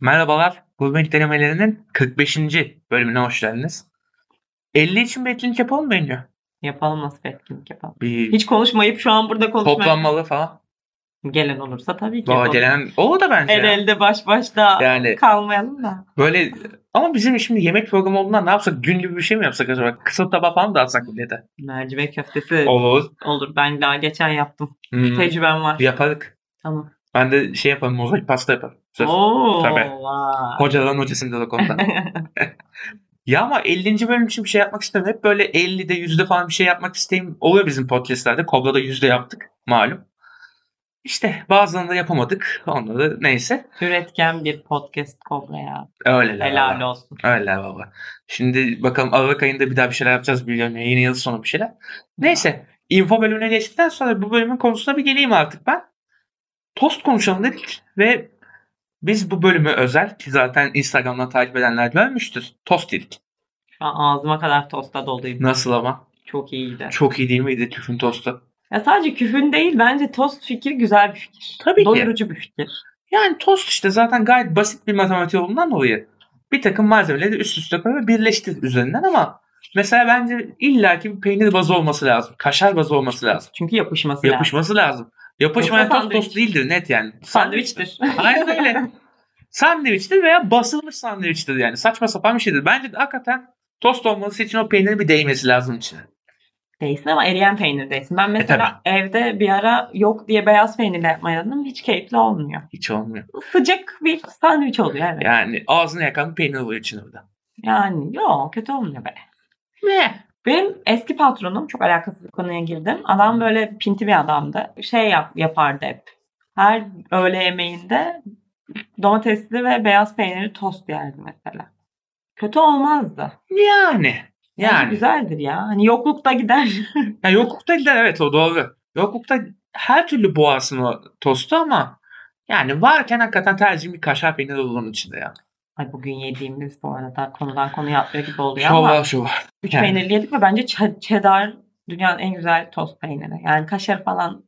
Merhabalar. Burbank denemelerinin 45. bölümüne hoş geldiniz. 50 için bir etkinlik yapalım mı bence? Yapalım nasıl bir etkinlik yapalım. Bir Hiç konuşmayıp şu an burada konuşmak toplanmalı falan. gelen olursa tabii ki. Daha yapalım. gelen o da bence. El ya. elde baş başta Yani kalmayalım da. böyle ama bizim şimdi yemek programı olduğundan ne yapsak? Gün gibi bir şey mi yapsak acaba? Kısa tabağı falan da atsak millete. Mercimek köftesi Olur. olur. Ben daha geçen yaptım. Hmm. Tecrübem var. Yaparık. Tamam. Ben de şey yaparım. Mozaik pasta yaparım. Söz. Oo, Tabii. vay. Hocaların hocasında da konuda. Ya ama 50. bölüm için bir şey yapmak istedim. Hep böyle 50'de 100'de falan bir şey yapmak isteyim. Oluyor bizim podcastlerde. Kobla'da 100'de yaptık malum. İşte bazılarını da yapamadık. Onları da neyse. Üretken bir podcast kobra ya. Öyle Helal baba. olsun. Öyle baba. Şimdi bakalım Aralık ayında bir daha bir şeyler yapacağız biliyorum. ya. Yeni yıl sonu bir şeyler. Neyse. info bölümüne geçtikten sonra bu bölümün konusuna bir geleyim artık ben. Tost konuşalım dedik ve biz bu bölümü özel ki zaten Instagram'dan takip edenler görmüştür. Tost dedik. Şu an ağzıma kadar tosta doluyum. Nasıl ama? Çok iyiydi. Çok iyi değil miydi tüfün tostu? Ya sadece küfün değil bence tost fikri güzel bir fikir. Tabii ki. Doyurucu bir fikir. Yani tost işte zaten gayet basit bir matematik olduğundan dolayı bir takım malzemeleri üst üste koy ve birleştir üzerinden ama mesela bence illaki bir peynir bazı olması lazım. Kaşar bazı olması lazım. Çünkü yapışması lazım. Yapışması lazım. Yapışmayan Yoksa tost sandviç. tost değildir net yani. Sandviçtir. Aynen öyle. sandviçtir veya basılmış sandviçtir yani. Saçma sapan bir şeydir. Bence de hakikaten tost olması için o peynirin bir değmesi lazım içine. Değilsin ama eriyen peynir değilsin. E, Ben mesela evde bir ara yok diye beyaz peynirle yapmayı denedim. Hiç keyifli olmuyor. Hiç olmuyor. Sıcak bir sandviç oluyor evet. Yani ağzını yakan peynir oluyor içinde burada. Yani yok kötü olmuyor be. Ne? Benim eski patronum çok alakasız bir konuya girdim. Adam böyle pinti bir adamdı. Şey yap, yapardı hep. Her öğle yemeğinde domatesli ve beyaz peynirli tost yerdi mesela. Kötü olmazdı. Yani. Yani, Yani. güzeldir ya. Hani yoklukta gider. Ya yoklukta gider evet o doğru. Yoklukta her türlü boğarsın o tostu ama yani varken hakikaten tercihim bir kaşar peyniri olur onun içinde ya. Ay bugün yediğimiz bu arada konudan konuya atlıyor gibi oluyor ama. Şova şova. Üç Yani. peynirli yedik ve bence ç- cheddar dünyanın en güzel tost peyniri. Yani kaşar falan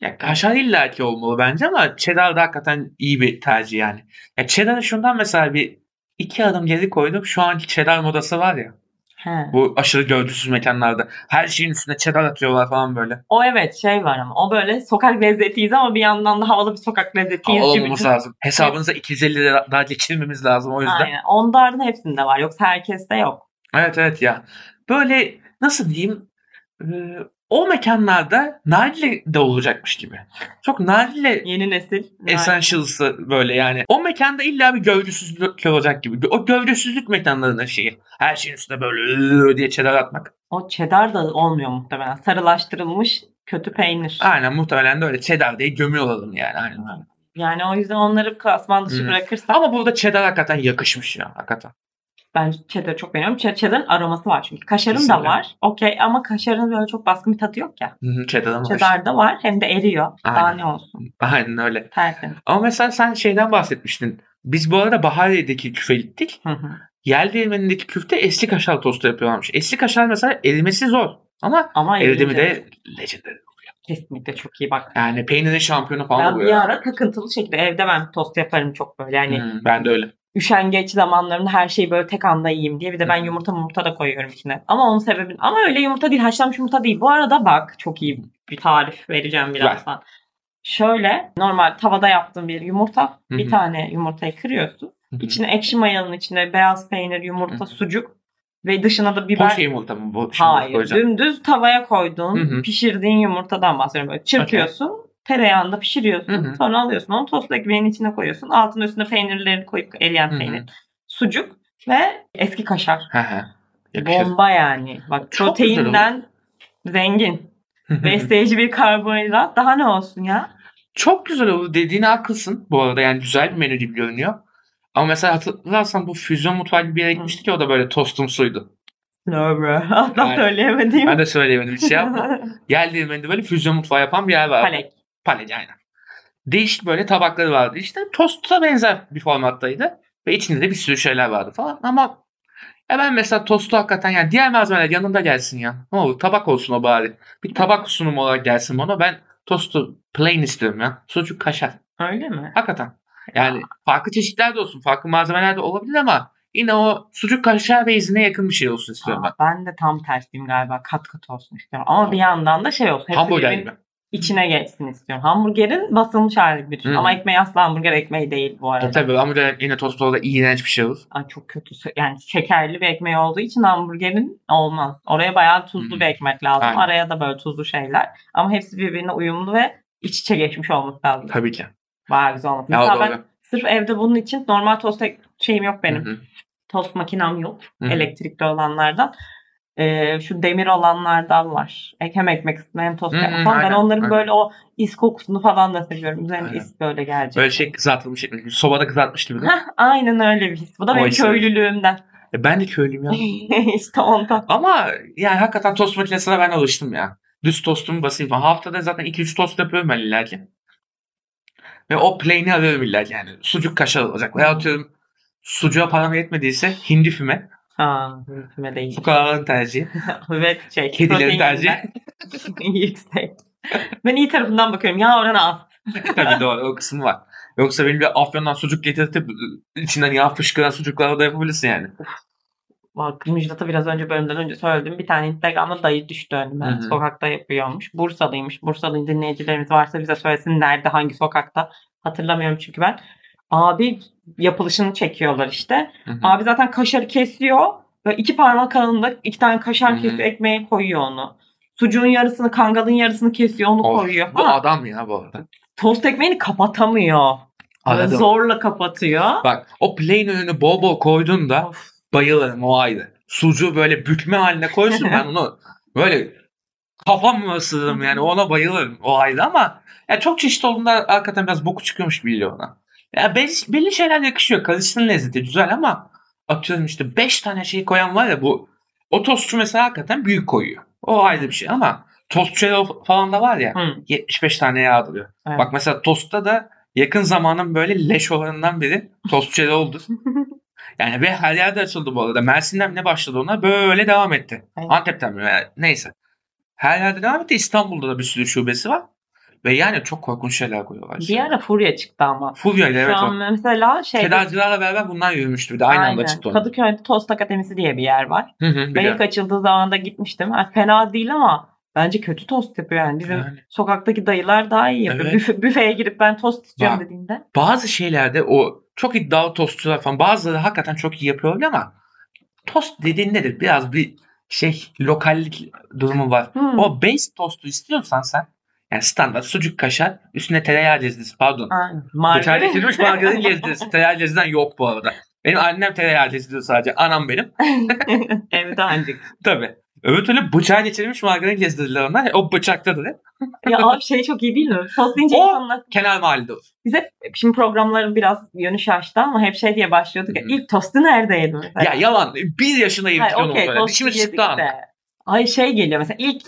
Ya kaşar illaki olmalı bence ama cheddar da hakikaten iyi bir tercih yani. Ya cheddar'ı şundan mesela bir iki adım geri koydum. Şu anki cheddar modası var ya. he. Bu aşırı gövdesiz mekanlarda. Her şeyin üstüne cheddar atıyorlar falan böyle. O evet şey var ama o böyle sokak lezzetiyiz ama bir yandan da havalı bir sokak lezzetiyiz Ama gibi. olmamız lazım. Hesabınıza 250 lira daha geçirmemiz lazım o yüzden. Aynen. Onların hepsinde var. Yoksa herkeste yok. Evet evet ya. Böyle nasıl diyeyim e, o mekanlarda nargile de olacakmış gibi. Çok nargile Yeni nesil. E essentials'ı böyle yani. O mekanda illa bir gövdesizlik olacak gibi. O gövdesizlik mekanlarının şeyi. Her şeyin üstüne böyle diye çedar atmak. O cheddar da olmuyor muhtemelen. Sarılaştırılmış kötü peynir. Aynen muhtemelen de öyle çedar diye gömüyor olalım yani. Aynen. öyle. Yani o yüzden onları klasman dışı Hı. bırakırsak Ama burada çedar hakikaten yakışmış ya hakikaten. ben cheddar çok beğeniyorum. Che- Cheddar'ın aroması var çünkü. Kaşarın da Kesinlikle. var. Okey ama kaşarın böyle çok baskın bir tadı yok ya. Çedar'ın hoş. Çedar da var hem de eriyor. Daha Aynen. ne olsun. Aynen öyle. Tertemiz. Ama mesela sen şeyden bahsetmiştin. Biz bu arada Bahariye'deki küfe gittik. Hı hı. Yel değirmenindeki küfte esli kaşar tostu yapıyorlarmış. Esli kaşar mesela erimesi zor. Ama Ama eridi mi eriyici. de legendary. kesinlikle çok iyi bak. Yani peynirin şampiyonu falan Ben oluyor. bir ara takıntılı şekilde evde ben tost yaparım çok böyle hani Hmm, ben de öyle. üşengeç zamanlarımda her şeyi böyle tek anda yiyeyim diye bir de ben Hı. yumurta yumurta da koyuyorum içine. Ama onun sebebi ama öyle yumurta değil haşlanmış yumurta değil. Bu arada bak çok iyi bir tarif vereceğim birazdan. Şöyle normal tavada yaptığım bir yumurta Hı bir hı. tane yumurtayı kırıyorsun. İçine ekşi mayanın içine beyaz peynir, yumurta, Hı hı. sucuk ve dışına da biber. Poşe yumurta mı şey bu? Şimdi Hayır. koyacağım. Dümdüz tavaya koyduğun, Hı hı. pişirdiğin yumurtadan bahsediyorum. Böyle çırpıyorsun. Tereyağında pişiriyorsun. Hı hı. Sonra alıyorsun onu tost ekmeğin içine koyuyorsun. Altına üstüne peynirlerini koyup eriyen Hı hı. peynir. Sucuk ve eski kaşar. Hı hı. Yakışır. Bomba yani. Bak Çok proteinden zengin. Hı hı. Besleyici bir karbonhidrat. Daha ne olsun ya? Çok güzel oldu. Dediğine haklısın. Bu arada yani güzel bir menü gibi görünüyor. Ama mesela hatırlarsan bu füzyon mutfağı gibi bir yere gitmiştik ya o da böyle tostumsuydu. Nöbrö. Asla Aynen. söyleyemedim. Ben de söyleyemedim hiç şey yapma. Yel değirmeninde böyle füzyon mutfağı yapan bir yer var. Palek. Paleci aynen. Değişik böyle tabakları vardı. İşte tosta benzer bir formattaydı. Ve içinde de bir sürü şeyler vardı falan. Ama ya ben mesela tostu hakikaten yani diğer malzemeler yanında gelsin ya. Ne olur tabak olsun o bari. Bir tabak sunumu olarak gelsin bana. Ben tostu plain istiyorum ya. Sucuk kaşar. Öyle mi? Hakikaten. Yani farklı çeşitler de olsun, farklı malzemeler de olabilir ama yine o sucuk kaşar beyzine yakın bir şey olsun istiyorum ben. Aa, ben de tam tersiyim galiba. Kat kat olsun istiyorum. Ama bir yandan da şey olsun. hepsi Hamburger birbirinin gibi. içine geçsin istiyorum. Hamburgerin basılmış hali gibi düşün. Hı hı. Ama ekmeği asla hamburger ekmeği değil bu arada. Tabii tabii hamburger yine tost olarak iğrenç bir şey olur. Ay çok kötü. Yani şekerli bir ekmeği olduğu için hamburgerin olmaz. Oraya bayağı tuzlu Hı. bir ekmek lazım. Aynen. Araya da böyle tuzlu şeyler. Ama hepsi birbirine uyumlu ve iç içe geçmiş olması lazım. Tabii ki. Bayağı güzel olmuş. Ya, Mesela doğru. ben sırf evde bunun için normal tost ek- şeyim yok benim. Hı hı. Tost makinem yok. Hı hı. Elektrikli olanlardan. Ee, şu demir olanlardan var. Ek- Hem ekmek üstüne hem tost Hı hı, yapmak falan. Ben aynen, onların aynen. böyle o is kokusunu falan da seviyorum. Üzerine Aynen. is böyle gelecek. Böyle şey kızartılmış ekmek. gibi. Sobada kızartmış gibi. değil mi? Heh, aynen öyle bir his. Bu da O benim hissi. köylülüğümden. E, ben de köylüyüm ya. işte ondan. Ama yani hakikaten tost makinesine ben alıştım ya. Düz tostumu basayım falan. Haftada zaten 2-3 tost yapıyorum ben illa ki. Ve o plain'i alıyorum illa ki yani. Sucuk kaşar olacak. Veya atıyorum sucuğa param yetmediyse hindi füme. Ha, mümkün değil. Fukaraların tercihi. Ve şey, Kedilerin tercihi. proteinden yüksek. Ben iyi tarafından bakıyorum. Ya oranı az. Tabii doğru o kısmı var. Yoksa benim bir afyondan sucuk getirtip içinden yağ fışkıran sucuklarla da yapabilirsin yani. Bak Müjdat'a biraz önce bölümden önce söyledim. Bir tane Instagram'da dayı düştü önüme. Hı hı. Sokakta yapıyormuş. Bursalıymış. Bursalı dinleyicilerimiz varsa bize söylesin nerede, hangi sokakta. Hatırlamıyorum çünkü ben. Abi yapılışını çekiyorlar işte. Hı hı. Abi zaten kaşarı kesiyor. Böyle iki parmak kalınlığında iki tane Hı kaşar hı. kesiyor. Ekmeğe koyuyor onu. Sucuğun yarısını, kangalın yarısını kesiyor. Onu Of, koyuyor. Bu Ama adam ya bu arada. tost ekmeğini kapatamıyor. Böyle Anladım. zorla kapatıyor. Bak o plain önünü bol bol koyduğunda Of. bayılırım o ayrı. Sucuğu böyle bükme haline koysun ben onu böyle kafam mı ısırırım yani ona bayılırım o ayrı ama ya çok çeşit olduğunda hakikaten biraz boku çıkıyormuş biliyor ona. Ya belli, belli şeyler yakışıyor. Karışsın lezzeti güzel ama atıyorum işte 5 tane şey koyan var ya bu o tostçu mesela hakikaten büyük koyuyor. O ayrı bir şey ama tostçu falan da var ya Hı. 75 tane yağ atılıyor. Evet. Bak mesela tostta da yakın zamanın böyle leş olanından biri tost çeli oldu. yani ve her yerde açıldı bu arada. Mersin'den mi ne başladı ona böyle devam etti. Evet. Antep'ten mi Yani neyse. Her yerde devam etti. İstanbul'da da bir sürü şubesi var. Ve yani çok korkunç şeyler koyuyorlar. Bir ara furya çıktı ama. Fulya ile Şu evet. an o. mesela şey Tedarcılarla beraber bunlar yürümüştü. Bir de aynı anda Aynen. çıktı onlar. Kadıköy'de Tost Akademisi diye bir yer var. Hı hı, Ben biliyorum. ilk açıldığı zaman da gitmiştim. Ha, fena değil ama bence kötü tost yapıyor yani. Bizim Yani. sokaktaki dayılar daha iyi yapıyor. Evet. Büfe- büfeye girip ben tost istiyorum Bak. dediğinde. Bazı şeylerde o çok iddialı tostçular falan bazıları hakikaten çok iyi yapıyorlar ama tost dediğin nedir? Biraz bir şey lokallik durumu var. Hmm. O base tostu istiyorsan sen yani standart sucuk kaşar üstüne tereyağı cezdesi pardon. Aynen. Detaylı Margarin. kesilmiş margarin cezdesi. Tereyağı cezdesinden yok bu arada. Benim annem tereyağı cezdesi sadece. Anam benim. Evde ancak. Tabii. Öbür türlü bıçağı geçirilmiş margarin cezdilerinden o bıçakta da değil mi? Ya abi şey çok iyi değil mi? Tost deyince O- insanlar kenar mahallede olur. şimdi programların biraz yönü şaştı ama hep şey diye başlıyorduk ya. Hı hı. İlk tostu nerede yedin? mesela? Ya yalan. Bir yaşındayım Hayır, diyor okey, okay, tost Dişimi yedik çıktı anam. de. Ay şey geliyor mesela ilk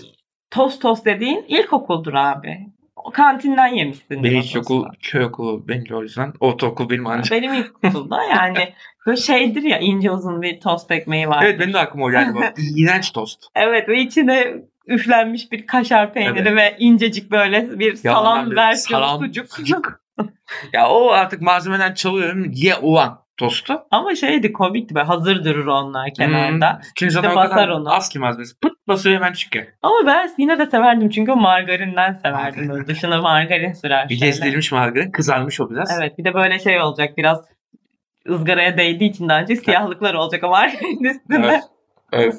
tost tost dediğin ilkokuldur abi. O kantinden yemişsin. Benim ilkokul, köy okulu benim de o yüzden. Ortaokul benim annem. Benim ilkokulda yani böyle şeydir ya ince uzun bir tost ekmeği var. Evet benim de aklıma o geldi. bak. İğrenç tost. Evet ve içine üflenmiş bir kaşar peyniri ve incecik böyle bir Ya salam annem de versiyonu salam, sucuk. Ya o artık malzemeden çalıyorum. Ye ulan tostu. Ama şeydi komikti be hazır durur onlar kenarda. Hmm. Çünkü zaten İşte o kadar basar onu. az ki malzemesi. Pıt basıyor hemen çıkıyor. Ama ben yine de severdim çünkü margarinden severdim. Margarin. Dışına margarin sürer. Bir şeyler. gezdirilmiş margarin. Kızarmış o biraz. Evet bir de böyle şey olacak biraz ızgaraya değdiği için daha önce siyahlıklar olacak ama üstünde. Evet. Evet.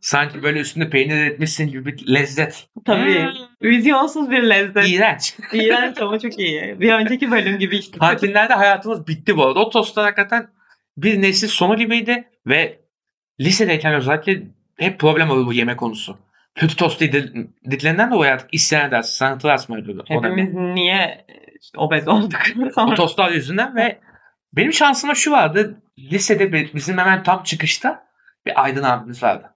Sanki böyle üstünde peynir etmişsin gibi bir lezzet. Tabii. Vizyonsuz bir lezzet. İğrenç. İğrenç ama çok iyi. Bir önceki bölüm gibi işte. Kantinlerde hayatımız bitti bu arada. O tostlar hakikaten bir nesil sonu gibiydi ve lisedeyken özellikle hep problem oldu bu yemek konusu. Kötü tost dedi- dediklerinden dolayı artık isyan edersin, sanatı asma ödülü. Hepimiz niye işte obez olduk? Bu Sonra tostlar yüzünden ve benim şansıma şu vardı. Lisede bi- bizim hemen tam çıkışta bir Aydın abimiz vardı.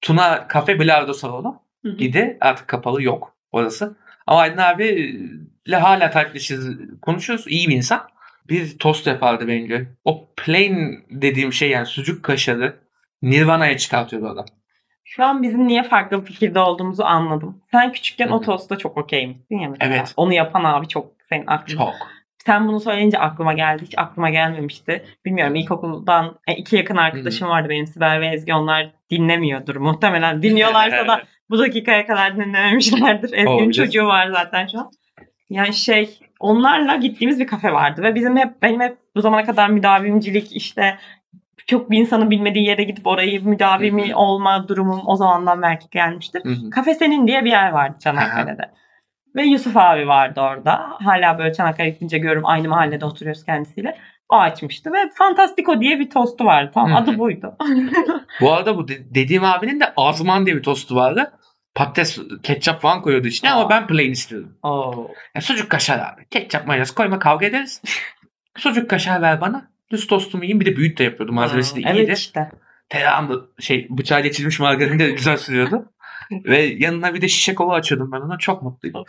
Tuna Kafe Bilardo Salonu. Hı hı. Gidi artık kapalı yok orası. Ama Aydın abiyle hala takipleşiriz, konuşuyoruz. İyi bir insan. Bir tost yapardı bence. O plain dediğim şey yani sucuk kaşarı Nirvana'ya çıkartıyordu adam. Şu an bizim niye farklı bir fikirde olduğumuzu anladım. Sen küçükken Hı hı. o tosta çok okeymişsin ya mesela. Evet. Onu yapan abi çok senin aklın. Çok. Sen bunu söyleyince aklıma geldi. Hiç aklıma gelmemişti. Bilmiyorum ilkokuldan e, iki yakın arkadaşım vardı benim Sibel ve Ezgi. Onlar dinlemiyordur muhtemelen. Dinliyorlarsa da bu dakikaya kadar dinlememişlerdir. Ezgi'nin Olabilir. çocuğu var zaten şu an. Yani şey onlarla gittiğimiz bir kafe vardı ve bizim hep benim hep bu zamana kadar müdavimcilik işte çok bir insanın bilmediği yere gidip orayı Hı müdavimi olma durumum o zamandan belki gelmiştir. Hı hı. Kafe Senin diye bir yer vardı Çanakkale'de. Ve Yusuf abi vardı orada. Hala böyle Çanakkale gidince görüyorum aynı mahallede oturuyoruz kendisiyle. O açmıştı ve Fantastico diye bir tostu vardı. Tamam Hı hı. adı buydu. Bu arada bu de- dediğim abinin de azman diye bir tostu vardı. Patates, ketçap falan koyuyordu içine ama Aa. ben plain istedim. Oo. Ya sucuk kaşar abi. Ketçap mayonez koyma kavga ederiz. sucuk kaşar ver bana. Düz tostumu yiyeyim. Bir de büyük de yapıyordu. Malzemesi de iyiydi. Evet işte. tereyağını şey bıçağa geçirilmiş margarini de güzel sürüyordu. Ve yanına bir de şişe kola açıyordum ben ona. Çok mutluydum.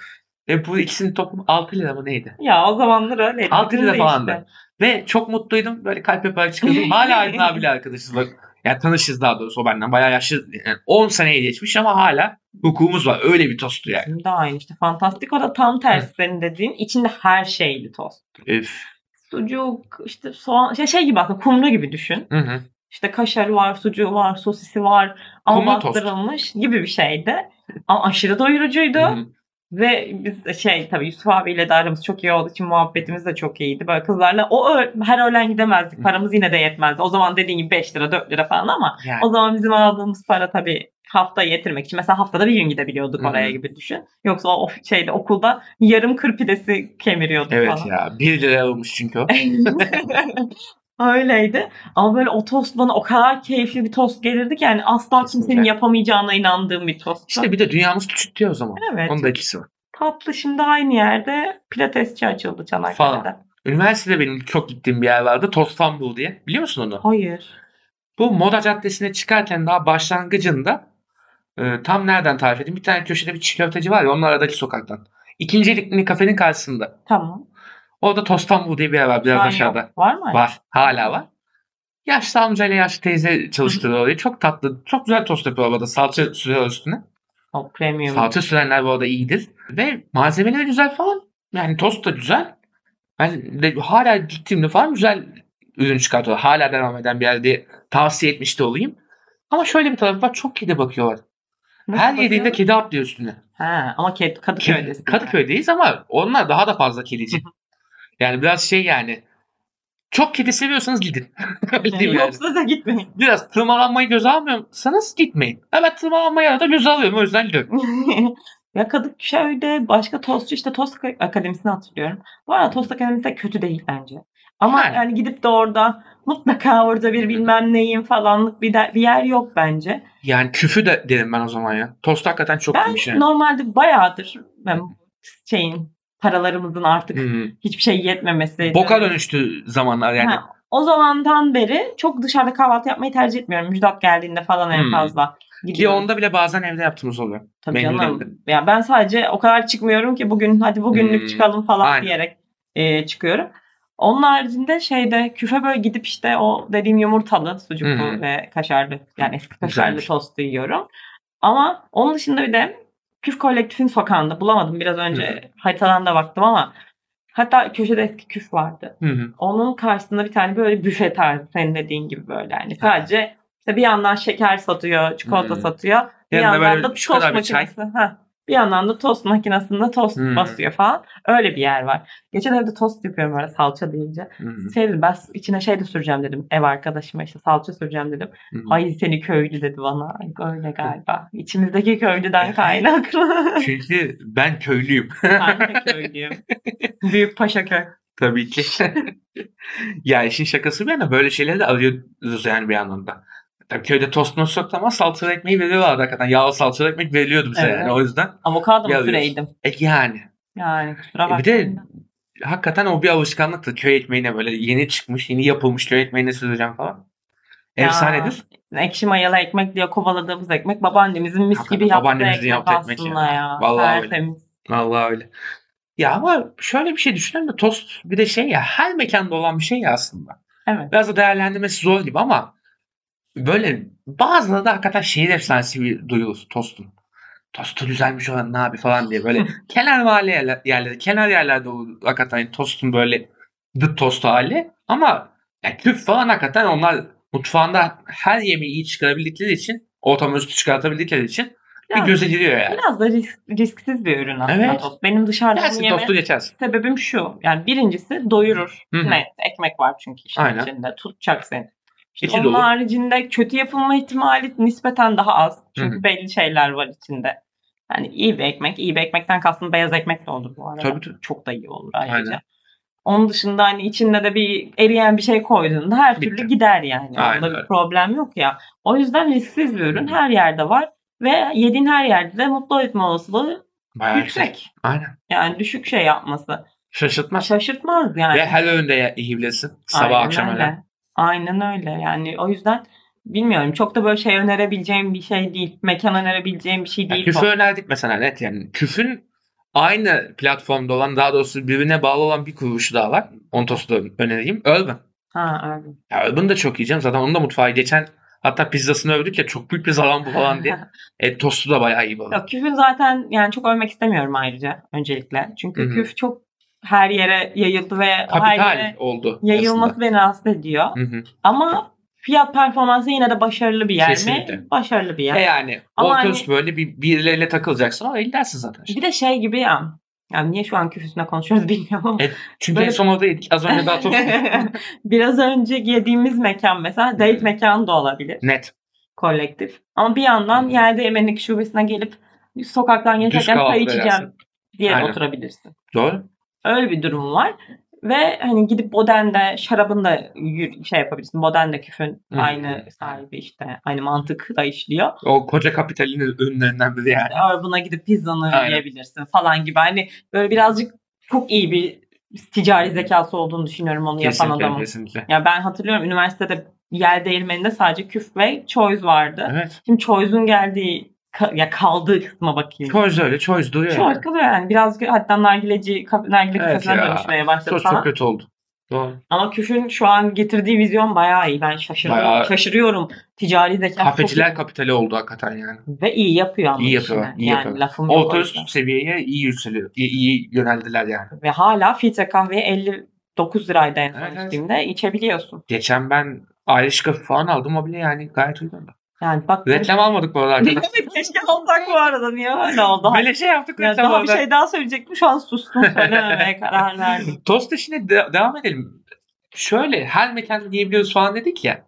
Ve bu ikisinin toplam 6 lira mı neydi? Ya o zamanlar öyleydi. Altı Bizim lira de falandı. Ve çok mutluydum. Böyle kalp yaparak çıkıyordum. Hala Aydın abiyle arkadaşız. Bak. Yani tanışız daha doğrusu o benden. Bayağı yaşlı. Yani 10 seneye geçmiş ama hala hukukumuz var. Öyle bir tostu yani. Bizim de aynı işte. Fantastico da tam tersi senin dediğin. içinde her şeyli tost. Üf. Sucuk, işte soğan, şey, şey gibi aslında kumru gibi düşün. Hı hı. İşte kaşarı var, sucuğu var, sosisi var. Kumru Ama bastırılmış gibi bir şeydi. Ama aşırı doyurucuydu. Hı hı. Ve biz de şey tabii Yusuf abiyle de aramız çok iyi olduğu için muhabbetimiz de çok iyiydi. Böyle kızlarla o ö- her öğlen gidemezdik. Paramız yine de yetmezdi. O zaman dediğin gibi 5 lira 4 lira falan ama Yani. o zaman bizim aldığımız para tabii haftaya yetirmek için. Mesela haftada bir gün gidebiliyorduk Hı hı. oraya gibi düşün. Yoksa o of- şeyde okulda yarım kır pidesi kemiriyorduk Evet falan. ya. 1 lira olmuş çünkü o. Öyleydi. Ama böyle o tost bana o kadar keyifli bir tost gelirdi ki yani asla kimsenin Kesinlikle. yapamayacağına inandığım bir tost. İşte bir de dünyamız küçük diyor o zaman. evet. Onun da ikisi var. Tatlı şimdi aynı yerde pilatesçi açıldı Çanakkale'de. Üniversitede benim çok gittiğim bir yer vardı. Tostanbul diye. Biliyor musun onu? Hayır. Bu Moda Caddesi'ne çıkarken daha başlangıcında e, tam nereden tarif edeyim? Bir tane köşede bir çiğ köfteci var ya onun aradaki sokaktan. İkinci elikli kafenin karşısında. Tamam. Orada Tostanbul diye bir yer var biraz Var aşağıda. yok. Var mı? Var. Hala var. Yaşlı amcayla yaşlı teyze çalıştırıyor orayı. Çok tatlı. Çok güzel tost yapıyor orada. Salça sürüyor üstüne. O premium. Salça sürenler bu arada iyidir. Ve malzemeleri güzel falan. Yani tost da güzel. Ben de hala gittiğimde falan güzel ürün çıkartıyor. Hala devam eden bir yerde tavsiye etmiş de olayım. Ama şöyle bir tarafı var. Çok kedi bakıyorlar. Nasıl Her yediğinde bakıyorsun? kedi atlıyor üstüne. Ha, ama Ked- Kadıköy'desin. Kadıköy'deyiz ama onlar daha da fazla kedici. yani biraz şey yani. Çok kedi seviyorsanız gidin. Öyle diyeyim yani. Yoksa da gitmeyin. Biraz tırmalanmayı göze almıyorsanız gitmeyin. Hemen tırmalanmayı arada göze alıyorum. O yüzden gidiyorum. ya Kadıköy'de başka tostçu işte Tost Ak- Akademisi'ni hatırlıyorum. Bu arada Tost Akademisi de kötü değil bence. Ama Yani. yani, gidip de orada mutlaka orada bir bilmem neyin falanlık bir, de- bir yer yok bence. Yani küfü de derim ben o zaman ya. Tost hakikaten çok Ben iyiymiş yani. normalde bayağıdır ben şeyin paralarımızın artık Hmm. hiçbir şey yetmemesi. Boka dönüştü zamanlar yani. Ha, o zamandan beri çok dışarıda kahvaltı yapmayı tercih etmiyorum. Müjdat geldiğinde falan en Hmm. fazla. Ki Gidiyorum. onda bile bazen evde yaptığımız oluyor. Tabii menüden de. canım. Yani ben sadece o kadar çıkmıyorum ki bugün hadi bugünlük Hmm, çıkalım falan aynen. diyerek e, çıkıyorum. Onun haricinde şeyde küfe böyle gidip işte o dediğim yumurtalı sucuklu Hı hı. ve kaşarlı yani eski kaşarlı Güzelmiş. tostu yiyorum. Ama onun dışında bir de Küf Kolektif'in sokağında bulamadım biraz önce haritadan da baktım ama hatta köşede eski küf vardı. Hı hı. Onun karşısında bir tane böyle büfe tarzı senin dediğin gibi böyle yani sadece işte bir yandan şeker satıyor, çikolata Hmm. satıyor. Bir Yanında yandan böyle da tost çikolata, bir çay. makinesi. Heh. Bir yandan da tost makinesinde tost Hmm. basıyor falan. Öyle bir yer var. Geçen evde tost yapıyorum böyle salça deyince. Hı hı. Şey dedim ben içine şey de süreceğim dedim ev arkadaşıma işte salça süreceğim dedim. Hı hı. Ay seni köylü dedi bana. Ay, öyle galiba. İçimizdeki köylüden kaynaklı. Çünkü ben köylüyüm. ben de köylüyüm. Büyük Paşaköy. Tabii ki. ya işin şakası bir yana böyle şeyleri de alıyoruz yani bir anlamda. Tabii köyde tost nasıl yok ama salçalı ekmeği veriyorlardı hakikaten. Yağlı salçalı ekmek veriliyordu bize Evet. yani o yüzden. Avokado mu Yalıyorsun. süreydim? E yani. Yani kusura E bir de bakmayın. hakikaten o bir alışkanlıktı. Köy ekmeğine böyle yeni çıkmış, yeni yapılmış köy ekmeğine süreceğim falan. Efsanedir. ekşi mayalı ekmek diye kovaladığımız ekmek babaannemizin mis Hakikaten gibi yaptığı babaannemizin ekmek, yaptığı ekmek aslında ya. ya. Vallahi öyle. Tertemiz. Vallahi öyle. Ya ama şöyle bir şey düşünüyorum da tost bir de şey ya her mekanda olan bir şey ya aslında. Evet. Biraz da değerlendirmesi zor gibi ama böyle bazıları da hakikaten şehir efsanesi bir duyulur tostun. tostu düzelmiş olan ne abi falan diye böyle kenar mahalle yerler- yerlerde, kenar yerlerde o hakikaten hani tostun böyle dıt tost hali ama ya küf falan hakikaten onlar mutfağında her yemeği iyi çıkarabildikleri için ortam üstü çıkartabildikleri için bir Biraz- göze giriyor yani. Biraz da risk, risksiz bir ürün aslında Evet. tost. Benim dışarıdan Dersin yeme tostu geçersin. sebebim şu. Yani birincisi doyurur. Hı hı. Net ekmek var çünkü işte Aynen. içinde tutacak seni. İşte İçi onun dolu. haricinde kötü yapılma ihtimali nispeten daha az. Çünkü Hı belli şeyler var içinde. Yani iyi bir ekmek. iyi bir ekmekten kastım beyaz ekmek de olur bu arada. Tabii, tabii. Çok da iyi olur ayrıca. Aynen. Onun dışında hani içinde de bir eriyen bir şey koyduğunda her Bitti. türlü gider yani. Aynen Onda öyle. bir problem yok ya. O yüzden risksiz bir ürün her yerde var ve yediğin her yerde de mutlu etme olasılığı Bayağı güzel. yüksek. Aynen. Yani düşük şey yapması. Şaşırtmaz. Şaşırtmaz yani. Ve her öğünde ye- yiyebilirsin. Sabah Aynen akşam öyle. öyle. Aynen öyle. Yani o yüzden bilmiyorum. Çok da böyle şey önerebileceğim bir şey değil. Mekan önerebileceğim bir şey Yani değil. küfü bu. önerdik mesela net yani. Küfün aynı platformda olan daha doğrusu birbirine bağlı olan bir kuruluşu daha var. Onu tostu önereyim. Urban. Ha, öyle. Ya Urban'ı da çok yiyeceğim. Zaten onun da mutfağı geçen hatta pizzasını övdük ya çok büyük bir zalan bu falan diye. E tostu da bayağı iyi bu arada. Yok, küfün zaten yani çok övmek istemiyorum ayrıca öncelikle. Çünkü Hı hı. küf çok her yere yayıldı ve her Kapital yere oldu. yayılması beni rahatsız ediyor. aslında. Hı hı. Ama fiyat performansı yine de başarılı bir yer mi? Kesinlikle. Başarılı bir yer. E yani Ama orta hani- üst böyle bir birileriyle takılacaksın ama eldersin zaten. işte. bir de şey gibi ya. Yani niye şu an küf üstüne konuşuyoruz bilmiyorum ama. Çünkü Böyle- en son oradaydık. Az önce daha tost Biraz önce yediğimiz mekan mesela date mekanı da olabilir. net. Kolektif. Ama bir yandan yerde yemenlik şubesine gelip sokaktan geçerken kahvaltı çay içeceğim edersin. diye Aynen. oturabilirsin. Doğru. Öyle bir durum var. Ve hani gidip Boden'de şarabını da yür- şey yapabilirsin. Boden'de küfün Hı. aynı sahibi işte aynı mantık da işliyor. O koca kapitalin ürünlerinden biri yani. Urban'a gidip pizzanı Aynen. yiyebilirsin falan gibi. Hani böyle birazcık çok iyi bir ticari zekası olduğunu düşünüyorum onu yapan Kesinlikle adamın. kesinlikle. Ya ben hatırlıyorum üniversitede yel değirmeninde sadece küf ve choice vardı. Evet. Şimdi choice'un geldiği ka- ya kaldığı kısma bakayım. Choice öyle. Choice duruyor Choice yani. kalıyor yani. Biraz hatta nargileci, ka- nargile Evet kafesine ya. dönüşmeye başladı Choice falan. çok kötü oldu. Doğru. Ama küfün şu an getirdiği vizyon bayağı iyi. Ben şaşırıyorum. Bayağı- Şaşırıyorum. Ticari zeka çok Kafeciler kapitali oldu hakikaten yani. iyi. ve iyi yapıyor ama İyi işini. yapıyorlar, iyi yani yapıyorlar. lafım yok. Orta o üst yüzden. seviyeye iyi yükseliyor. iyi- iyi yöneldiler yani. Ve hala filtre kahveyi 59 liraydı en son Evet, evet. içtiğimde içebiliyorsun. Geçen ben Irish Coffee falan aldım o bile yani gayet uygun. Yani bak Reklam almadık bu arada arkadaşlar. keşke alsak bu arada niye öyle oldu? Böyle şey yaptık Ya reklam daha bir arada. şey daha söyleyecektim. Şu an sustum söylememeye karar verdim. Tost işine de- devam edelim. Şöyle her mekan diyebiliyoruz falan dedik ya.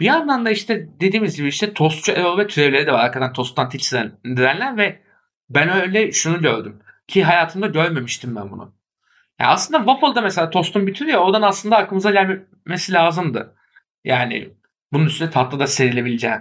Bir yandan da işte dediğimiz gibi işte tostçu Erol ve türevleri de var. Arkadan tosttan tiksinenler ve ben öyle şunu gördüm. Ki hayatımda görmemiştim ben bunu. Ya aslında waffle'da mesela tostun bir türü ya oradan aslında aklımıza gelmesi lazımdı. Yani bunun üstüne tatlı da serilebileceğin.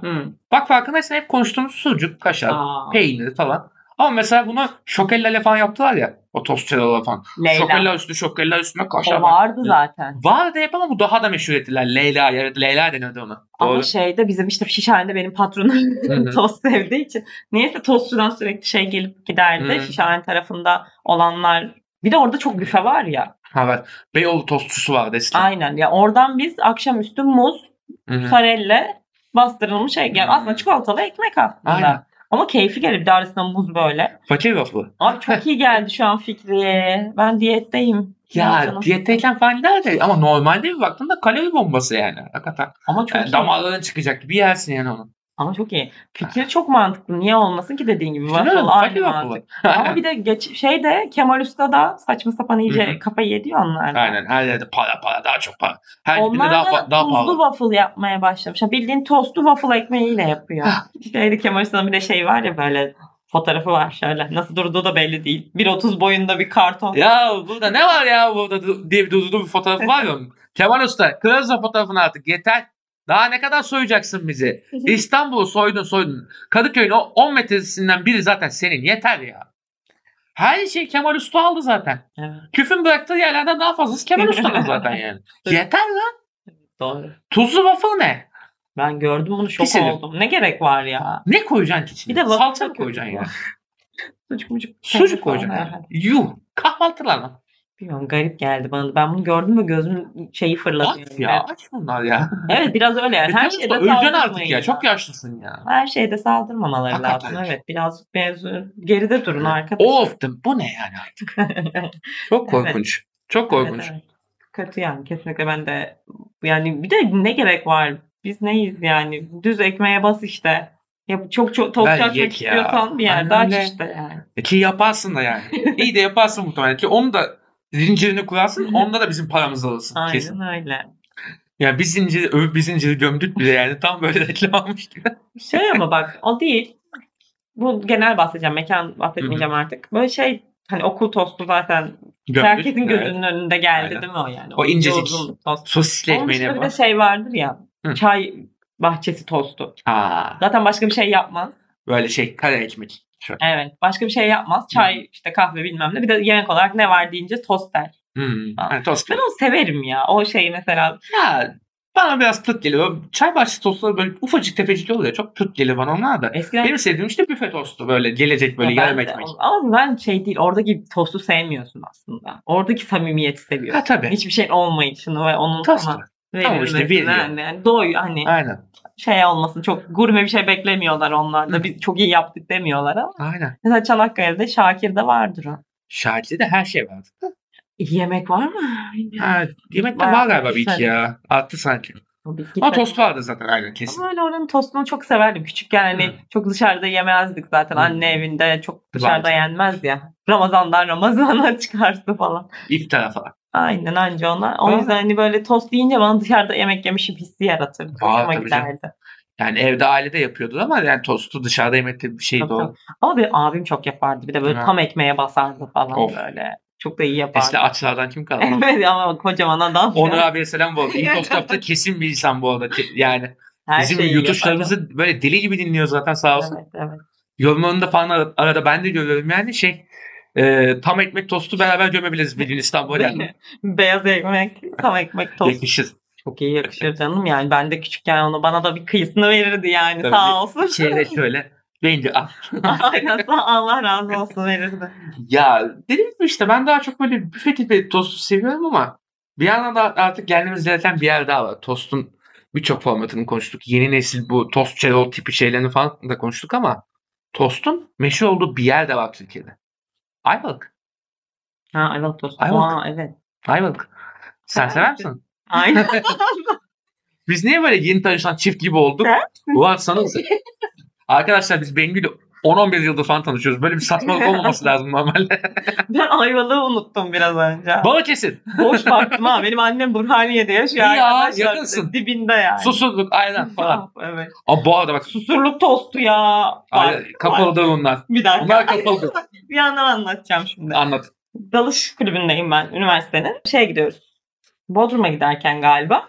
Hı. Bak farkındaysan hep konuştuğumuz sucuk, kaşar, Aa, peynir falan. Ama mesela bunu şokella falan yaptılar ya. O tost çedalı falan. Leyla. Şokella üstü şokella üstüne O kaşar. var. vardı zaten. Vardı hep ama bu daha da meşhur ettiler. Leyla. Evet Leyla denirdi ona. Ama Doğru. şeyde bizim işte şişhanede benim patronum hı. tost sevdiği için. Niyeyse tostçudan sürekli şey gelip giderdi. Hı. Şişhane tarafında olanlar. Bir de orada çok büfe var ya. Ha var. Beyoğlu tostçusu vardı eskiden. Aynen. Ya oradan biz akşamüstü muz, Hı hı. sarelle bastırılmış şey. Yani Hı. aslında çikolatalı ekmek aslında. Aynen. Ama keyfi gelir. Bir de arasında muz böyle. Fakir waffle. Abi çok iyi geldi şu an fikri. Ben diyetteyim. Ya Canım. diyetteyken falan giderdi ama normalde bir baktığında kalori bombası yani. Hakikaten. ama çok Yani iyi. damarların çıkacak gibi yersin yani onu. Ama çok iyi. Fikir çok mantıklı. Niye olmasın ki dediğin gibi. İşte ne Waffle oldu? Fakir aynı waffle. mantık. Ama bir de geç, şey de Kemal Usta da saçma sapan Hı hı. iyice kafayı yediyor onlar. da. Aynen. Her yerde para para daha çok para. Her birinde Onlar daha, da fa- daha tuzlu pahalı. waffle yapmaya başlamış. Ha, bildiğin tostlu waffle ekmeğiyle yapıyor. Şeydi Kemal Usta'nın bir de şey var ya böyle fotoğrafı var şöyle. Nasıl durduğu da belli değil. 1.30 boyunda bir karton. Ya burada ne var ya burada du- diye bir durdurduğum bir fotoğrafı var ya. Kemal Usta kırarız o fotoğrafını artık yeter. Daha ne kadar soyacaksın bizi? İstanbul'u soydun soydun. Kadıköy'ün o 10 metresinden biri zaten senin yeter ya. Her şey Kemal Usta aldı zaten. Evet, Küfün bıraktığı yerlerden daha fazlası Kemal Usta'nın zaten yani. Yeter lan. doğru. Tuzlu waffle ne? Ben gördüm bunu şok Pis herif. oldum. Ne gerek var ya? Ne koyacaksın içine? Bir de waffle Salça mı kötü. koyacaksın ya? Sucuk mucuk. Sucuk koyacaksın. yani. Yuh. Kahvaltı lan. Bilmiyorum garip geldi bana. da. Ben bunu gördüm ve gözümün şeyi fırladı. Aç yani. ya aç bunlar ya. Evet biraz öyle yani. Her Her şeyde Öleceksin artık saldırmayın ya. Çok yaşlısın ya. Her şeyde saldırmamaları Hakikaten. lazım. Evet birazcık mevzu geride durun arkadaşlar. Of the- bu ne yani artık. Çok Evet. korkunç. Çok korkunç. Evet, evet. Kötü yani kesinlikle ben de yani bir de ne gerek var? Biz neyiz yani? Düz ekmeğe bas işte. Ya çok çok tavuk Ver açmak yek ya. istiyorsan bir yerde Aynen öyle. aç işte yani. E, Ki yaparsın da yani. İyi de yaparsın muhtemelen ki onu da zincirini kurarsın. Onda da bizim paramızı alırsın Aynen kesin. öyle. Ya biz zinciri övüp biz zinciri gömdük bile yani. Tam böyle reklam almış gibi. Şey ama bak o değil. Bu genel bahsedeceğim. Mekan bahsetmeyeceğim artık. Böyle şey hani okul tostu zaten Gömdük. Evet. herkesin gözünün önünde geldi Aynen. değil mi o yani? O incecik. yoğurdun tost. Sosisli Onun ekmeğine dışında bir de var. şey vardır ya. Hı. Çay bahçesi tostu. Aa, Zaten başka bir şey yapmaz. böyle şey kare ekmek. Şöyle. Evet. Başka bir şey yapmaz. Çay, işte kahve bilmem ne. Bir de yemek olarak ne var deyince tost der. Hmm. Ha, tost. Ben onu severim ya. O şeyi mesela. Ya bana biraz tırt geliyor. O Çay bahçesi tostları böyle ufacık tefecik oluyor. Çok tırt geliyor bana onlar da. Eskiden Benim sevdiğim işte büfe tostu. Böyle gelecek böyle Ya ben yarım de- ekmek. Ama ben şey değil. Oradaki tostu sevmiyorsun aslında. Oradaki samimiyeti seviyorsun. Ha tabii. Hiçbir şey olmayışını ve onun Tost. sana Tamam işte, verilmesini. veriyor. yani, yani doy hani Aynen. şey olmasın. Çok gurme bir şey beklemiyorlar onlar da. Hı. Biz çok iyi yaptık demiyorlar ama. Aynen. Mesela Çanakkale'de Şakir'de vardır o. E, Şahitli de her şey vardı. Yemek var mı? Ha, yemek de Bayağı var galiba bir iki güzel. ya. Attı sanki. O biz Ama gitmedik. tost vardı zaten aynen kesin. Ama öyle oranın tostunu çok severdim. Küçükken hani Hı. çok dışarıda yemezdik zaten. Hı. Anne evinde çok dışarıda Zaten. yenmez ya. Ramazandan Ramazana çıkarsa falan. İftara falan. Aynen anca ona. O Aa. yüzden hani böyle tost deyince bana dışarıda yemek yemişim hissi yaratırdı. Aa, Hoşuma tabii canım. giderdi. Yani evde ailede yapıyordu ama yani tostu dışarıda yemekte bir şeydi Tabii, o. tabii. Ama bir abim çok yapardı. Bir de böyle Ha. tam ekmeğe basardı falan Of. böyle. Çok da iyi yapardı. Eski açlardan kim kaldı? evet ama kocaman adam. Onur abiye selam bu arada. İyi tost yaptı kesin bir insan bu arada. Ke- Yani Her bizim şeyi yutuşlarımızı böyle deli gibi dinliyor zaten sağ olsun. yapardı. Evet, evet. Yorumlarında falan ar- arada ben de görüyorum yani şey e, tam ekmek tostu beraber gömebiliriz bir gün İstanbul'a yani. Beyaz ekmek, tam ekmek tost. Yakışır. Çok iyi yakışır canım yani ben de küçükken onu bana da bir kıyısını verirdi yani Tabii sağ olsun. Şeyde şöyle. Bence ah. Aynen sağ Allah razı olsun verirdi. Ya dedim mi işte ben daha çok böyle büfe tipi tostu seviyorum ama bir yandan da artık gelmemiz gereken bir yer daha var. Tostun birçok formatını konuştuk. Yeni nesil bu tost çerol tipi şeylerini falan da konuştuk ama tostun meşhur olduğu bir yer de var Türkiye'de. Ayvalık. Ha ayvalık tostu. Ayvalık. Aa, evet. Ayvalık. Sen Sever sever misin? misin? Aynen. Biz niye böyle yeni tanışan çift gibi olduk? Sever Ulan sana Arkadaşlar biz Bengül'ü 10-11 yıldır falan tanışıyoruz. Böyle bir saçmalık olmaması lazım normalde. ben ayvalığı unuttum biraz önce. Balıkesir. Boş baktım ha benim annem Burhaniye'de yaşıyor İyi ya, arkadaşlar. yakınsın. Dibinde yani. Susuzluk aynen falan. Ah, evet. Ama bu arada bak Susurluk tostu ya. Aynen, Bak, kapalı bak. da bunlar. Bir dakika. Bunlar kapalı. Bir yandan anlatacağım şimdi. Anlat. dalış kulübündeyim ben üniversitenin. Şeye gidiyoruz. Bodrum'a giderken galiba.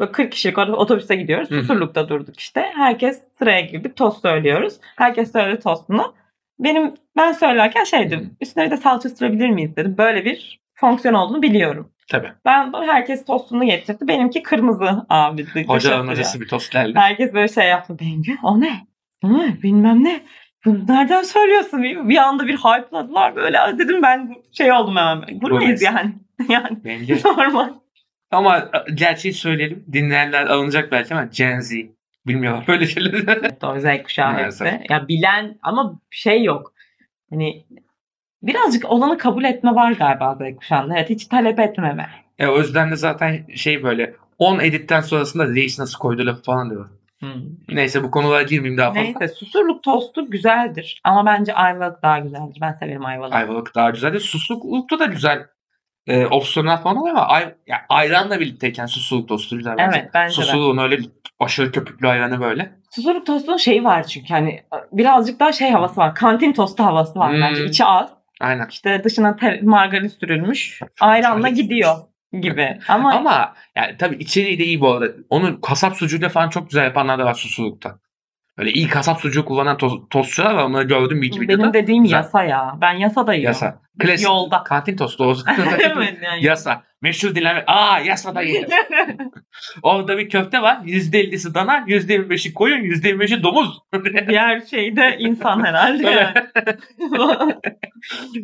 Böyle 40 kişilik otobüse gidiyoruz. Hı hı. Susurluk'ta durduk işte. Herkes sıraya girdik. Tost söylüyoruz. Herkes söyledi tostunu. Benim ben söylerken şey Hı. dedim. Üstüne bir de salça sürebilir miyiz dedim. Böyle bir fonksiyon olduğunu biliyorum. Tabii. Ben herkes tostunu getirdi. Benimki kırmızı abi. Hocaların hocası bir tost geldi. Herkes böyle şey yaptı. Bengü o ne? O ne? Bilmem ne. Bunu nereden söylüyorsun? Bir, bir anda bir hype'ladılar böyle. Dedim ben şey oldum hemen. Gurmeyiz Gurmeyiz. yani. Yani Bence. normal. Ama e, gerçeği söyleyelim. Dinleyenler alınacak belki ama Gen Z. Bilmiyorlar böyle şeyleri. Evet, o Z kuşağı Maalesef. hepsi. Ya bilen ama şey yok. Hani birazcık olanı kabul etme var galiba Z kuşağında. Evet hiç talep etmeme. e, o yüzden de zaten şey böyle 10 editten sonrasında reis nasıl koydu lafı falan diyor. Neyse bu konulara girmeyeyim daha fazla. Neyse susurluk tostu güzeldir. Ama bence ayvalık daha güzeldir. Ben severim ayvalık. Ayvalık daha güzeldi. Susluk'ta da güzel e, opsiyonlar falan var ama ay, ya, ayranla birlikteyken susluk tostu güzel bence. evet bence de. Susluğun öyle aşırı köpüklü ayranı böyle. Susurluk tostunun şeyi var çünkü hani birazcık daha şey havası var. Kantin tostu havası var Hmm. bence. İçi az. Aynen. İşte dışına te- margarin sürülmüş. Ayranla Margarin gidiyor gibi. Ama, Ama yani tabii içeriği de iyi bu arada. Onu kasap sucuğuyla falan çok güzel yapanlar da var susulukta. Böyle iyi kasap sucuğu kullanan toz, tostçular var. Onları gördüm bir iki videoda. benim dediğim Güzel. yasa ya. Ben yasa da yiyorum. Yasa. Klasik Yolda. kantin tostu olsun. Evet yani. yasa. Meşhur dinlenme. Aa yasa da yedim. Orada bir köfte var. %50'si dana, %25'i koyun, %25'i domuz. Diğer şey de insan herhalde. Tabii. yani.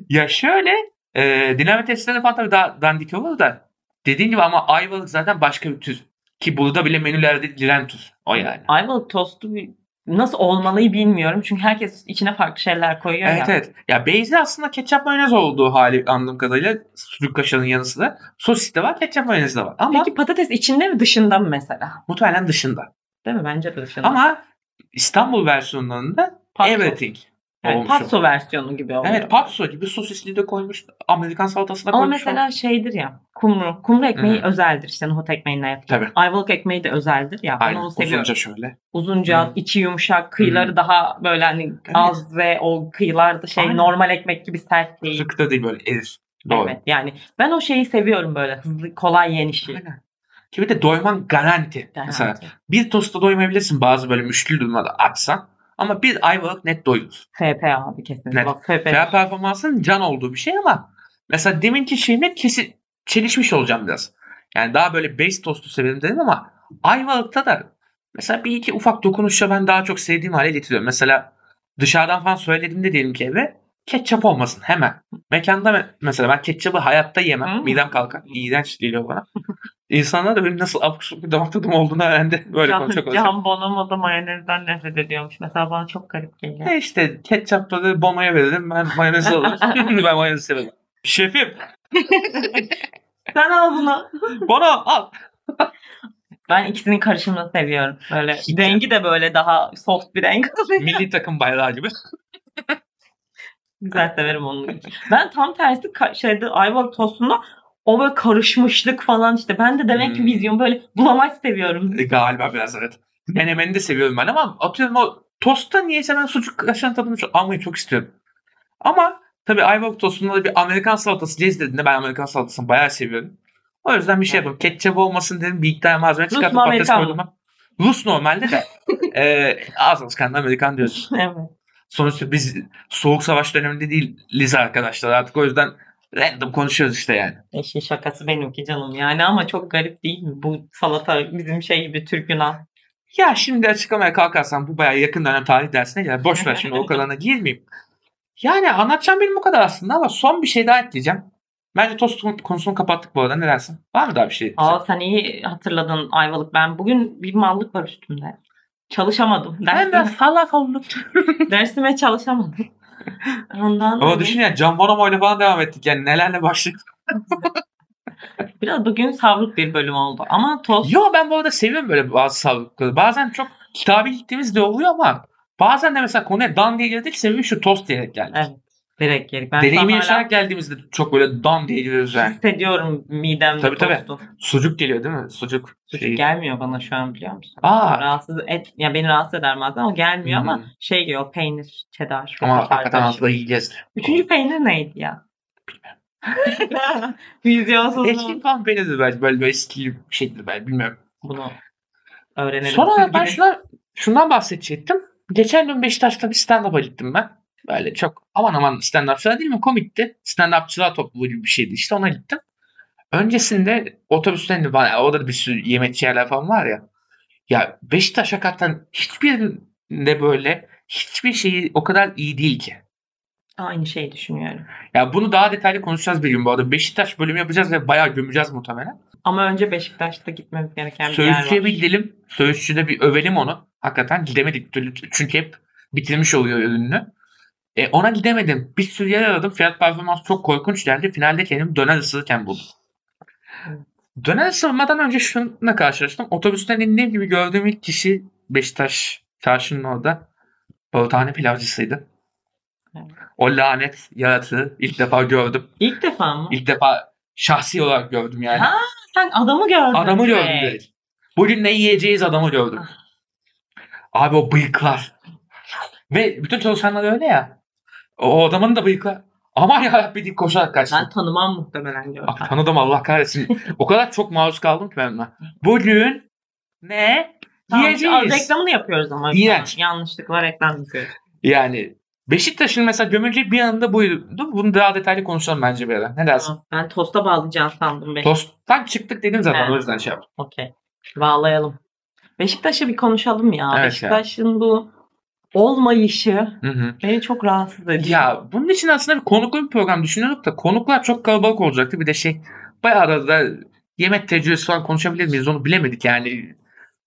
ya şöyle Ee, dinamit testleri falan tabii daha dandik olur da. Dediğin gibi ama ayvalık zaten başka bir tür. Ki burada bile menülerde diren tür. O yani. Ayvalık tostu bir- nasıl olmalıyı bilmiyorum. Çünkü herkes içine farklı şeyler koyuyor Evet ya. evet. Ya Beyzi aslında ketçap mayonez olduğu hali anladığım kadarıyla sucuk kaşarının yanı sıra sosis de var, ketçap mayonez de var. Ama Peki patates içinde mi dışında mı mesela? muhtemelen dışında. Değil mi? Bence de dışında. Ama İstanbul versiyonlarında Patso. everything. Yani olmuş patso versiyonu gibi oluyor. Evet patso gibi sosisli de koymuş. Amerikan salatası da Ama koymuş. mesela şeydir ya. Kumru. Kumru ekmeği Hı. özeldir. İşte nohut ekmeğinden yapılır. Tabii. Ayvalık ekmeği de özeldir ya. Ben Aynen. onu seviyorum. Uzunca şöyle. Uzunca, Hı. içi yumuşak, kıyıları daha böyle hani az ve o kıyılar da şey Aynen. normal ekmek gibi sert değil. Sıkı da değil böyle erif. Doğru. Evet yani ben o şeyi seviyorum böyle hızlı kolay yenişi. Aynen. Ki bir de doyman garanti. Mesela bir tosta doymayabilirsin bazı böyle müşkül durumlarda açsan. Ama bir ayvalık net doyulur. FP abi kesin. Net. Bak FP. Veya performansın can olduğu bir şey ama mesela deminki şeyimle kesin çelişmiş olacağım biraz. Yani daha böyle base tostu severim dedim ama Ayvalık'ta da mesela bir iki ufak dokunuşla ben daha çok sevdiğim hale getiriyorum. Mesela dışarıdan falan söylediğimde diyelim ki eve ketçap olmasın hemen. Mekanda me- mesela ben ketçabı hayatta yemem. Hmm. Midem kalkar. İğrenç geliyor bana. İnsanlar da benim nasıl abuk subuk bir damak tadım olduğunu öğrendi. Böyle Can, konuşa konuşa. Can Bonomo da mayonezden nefret ediyormuş. Mesela bana çok garip geliyor. E işte ketçapları bomaya verelim. Ben mayonez alırım. ben mayonez severim. Şefim Sen al bunu. Bana al. Ben ikisinin karışımını seviyorum. Böyle Hiç- rengi de böyle daha soft bir renk oluyor. Milli takım bayrağı gibi. Güzel severim onu. Ben tam tersi ka- şeyde Ayvalık tostunda o böyle karışmışlık falan işte. Ben de demek ki Hmm. vizyon böyle bulamaç seviyorum. E, Galiba biraz evet. Menemeni de seviyorum ben ama atıyorum o tostta niyeyse ben sucuk kaşarının tadını çok, almayı çok istiyorum. Ama tabii Ayvalık tostunda da bir Amerikan salatası cezbedinde ben Amerikan salatasını bayağı seviyorum. O yüzden bir şey Evet. yapayım. Ketçap olmasın dedim. Bir miktar malzeme Rus çıkartıp mu, patates Amerikan koydum. ben. Rus normalde de e, az alışkanlı Amerikan diyoruz. Evet. Sonuçta biz soğuk savaş döneminde değiliz arkadaşlar. Artık o yüzden random konuşuyoruz işte yani. Eşin şakası benimki canım yani ama çok garip değil mi? Bu salata bizim şey gibi Türk Yunan. Ya şimdi açıklamaya kalkarsan bu bayağı yakın dönem tarih dersine girer. Boş ver şimdi o kadarına girmeyeyim. Yani anlatacağım benim bu kadar aslında ama son bir şey daha ekleyeceğim. Bence tost kon- konusunu kapattık bu arada. Ne dersin? Var mı daha bir şey? ekleyeceğim? Aa sen iyi hatırladın Ayvalık. Ben bugün bir mallık var üstümde. Çalışamadım. ben Dersime, de salak oldum. dersime çalışamadım. Ondan Ama hani düşün ya Can Bonomo ile falan devam ettik. Yani nelerle başladık. biraz bugün savruk bir bölüm oldu. Ama tost Yo ben bu arada seviyorum böyle bazı sağlıkları. Bazen çok kitabi gittiğimiz de oluyor ama bazen de mesela konuya dan diye girdik sebebi şu tost diyerek geldik. Evet, direkt yedik. Ben Deneyimi şu an yaşayarak hala geldiğimizde çok böyle dan diye giriyoruz yani. hissediyorum midemde Tabii, tabii. tostu. Sucuk geliyor değil mi? Sucuk. şeyi. Gelmiyor bana şu an biliyor musun? Şey Aa, Rahatsız et, ya beni rahatsız eder bazen ama gelmiyor Hı ama şey geliyor peynir, çedar, Ama kaşar hakikaten karışık. aslında yiyeceğiz. Üçüncü peynir neydi ya? Bilmem. Vizyonsuzluğun Eski falan peynirdir belki. Böyle bir eski bir şeydir belki. Bilmiyorum. bunu öğrenelim. Sonra Siz ben gidin. şuna, şundan bahsedecektim. Geçen gün Beşiktaş'ta bir stand-up'a gittim ben. Böyle çok aman aman stand-upçılar değil mi? Komikti. Stand-upçılar topluluğu gibi bir şeydi. İşte ona gittim. Öncesinde otobüsten indim. Bana- Orada da bir sürü yemek yerler falan var ya. Ya Beşiktaş hakikaten hiçbirinde böyle hiçbir şeyi o kadar iyi değil ki. Aynı şeyi düşünüyorum. Ya bunu daha detaylı konuşacağız bir gün bu arada. Beşiktaş bölümü yapacağız ve bayağı gömeceğiz muhtemelen. Ama önce Beşiktaş'ta gitmemiz gereken bir yer var. Söğüşçü'ye bir gidelim. Söğüşçü'de bir övelim onu. Hakikaten gidemedik bir türlü. Çünkü hep bitirmiş oluyor ürününü. E, ona gidemedim. Bir sürü yer aradım. Fiyat performans çok korkunç geldi. Finalde kendimi döner ısırırken buldum. Döner ısırmadan önce şununla karşılaştım. Otobüsten indiğim gibi gördüğüm ilk kişi Beşiktaş çarşının orada. Balıthane pilavcısıydı. Evet. O lanet yaratığı ilk defa gördüm. İlk defa mı? İlk defa şahsi olarak gördüm yani. Ha, sen adamı gördün. Adamı direkt. gördüm direkt. Bugün ne yiyeceğiz adamı gördüm. Ah. Abi o bıyıklar. Ve bütün çalışanlar öyle ya. O adamın da bıyıklar. Aman ya bir dik koşarak kaçtım. Ben tanımam muhtemelen gördüm. Ah, tanıdım Allah kahretsin. o kadar çok maruz kaldım ki ben buna. Bugün ne Tamam, işte yiyeceğiz? reklamını yapıyoruz ama. İğrenç. Yanlışlıkla reklam yapıyoruz. Yani Beşiktaş'ın mesela gömüleceği bir anında buydu. Bunu daha detaylı konuşalım bence bir ara. Ne dersin? Tamam, Ben tosta bağlayacağım sandım beni. Tosttan çıktık dedim zaten Evet. o yüzden şey yaptım. Okey. Bağlayalım. Beşiktaş'ı bir konuşalım ya. Evet ya. Beşiktaş'ın bu olmayışı Hı hı. beni çok rahatsız ediyor. Ya bunun için aslında bir konuklu bir program düşünüyorduk da konuklar çok kalabalık olacaktı. Bir de şey bayağı arada yemek tecrübesi falan konuşabilir miyiz onu bilemedik yani.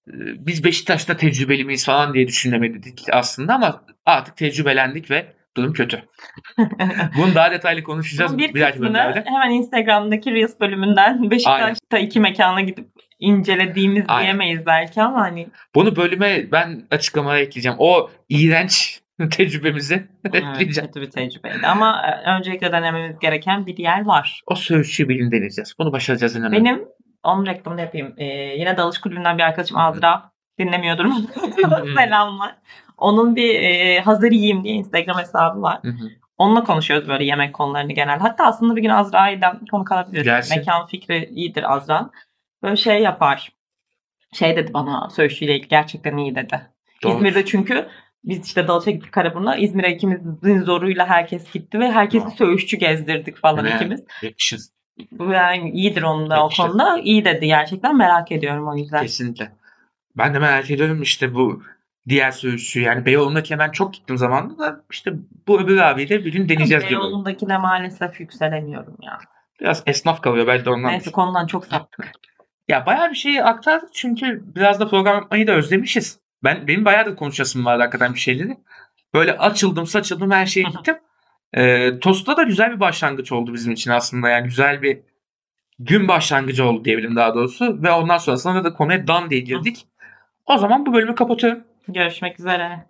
Ee, Biz Beşiktaş'ta tecrübeli miyiz falan diye düşünemedik aslında ama artık tecrübelendik ve durum kötü. Bunu daha detaylı konuşacağız Bunun bir, bir, dahaki kısmını bölümlerde. hemen Instagram'daki Reels bölümünden Beşiktaş'ta iki mekana gidip incelediğimiz Aynen. diyemeyiz belki ama hani Bunu bölüme ben açıklamaya ekleyeceğim. O iğrenç tecrübemizi evet, ekleyeceğim. kötü bir tecrübeydi. Ama e, öncelikle denememiz gereken bir yer var. O söğüşçü bilim deneyeceğiz. Bunu başaracağız inanıyorum. Benim onun reklamını yapayım. Ee, yine Dalış Kulübü'nden bir arkadaşım Azra dinlemiyordur. Selamlar. Onun bir e, hazır yiyeyim diye Instagram hesabı var. Hı hı. Onunla konuşuyoruz böyle yemek konularını genel. Hatta aslında bir gün Azra'yı da konu kalabilir. Gelsin. Mekan fikri iyidir Azra'nın. Böyle şey yapar. Şey dedi bana söğüşüyle ilgili gerçekten iyi dedi. Doğru. İzmir'de çünkü biz işte Dalıç'a gittik Karaburun'a. İzmir'e ikimizin zoruyla herkes gitti ve herkesi Doğru. söğüşçü gezdirdik falan Evet. ikimiz. Yakışır. Bu yani iyidir onun da o Yakışır. konuda. İyi dedi gerçekten merak ediyorum o yüzden. Kesinlikle. Ben de merak ediyorum işte bu diğer söğüşçü yani Beyoğlu'ndaki hemen çok gittiğim zamanında da işte bu öbür abiyi de bir gün deneyeceğiz diyorum. Beyoğlu'ndakine maalesef yükselemiyorum ya. Biraz esnaf kalıyor belki de ondan. Neyse konudan çok saptık. Ya bayağı bir şeyi aktardık çünkü biraz da program yapmayı da özlemişiz. Ben benim bayağı da konuşasım vardı hakikaten bir şeyleri. Böyle açıldım saçıldım her şeye Hı hı. gittim. Ee, Tost'ta da güzel bir başlangıç oldu bizim için aslında yani güzel bir gün başlangıcı oldu diyebilirim daha doğrusu. Ve ondan sonrasında da konuya dan diye girdik. O zaman bu bölümü kapatıyorum. Görüşmek üzere.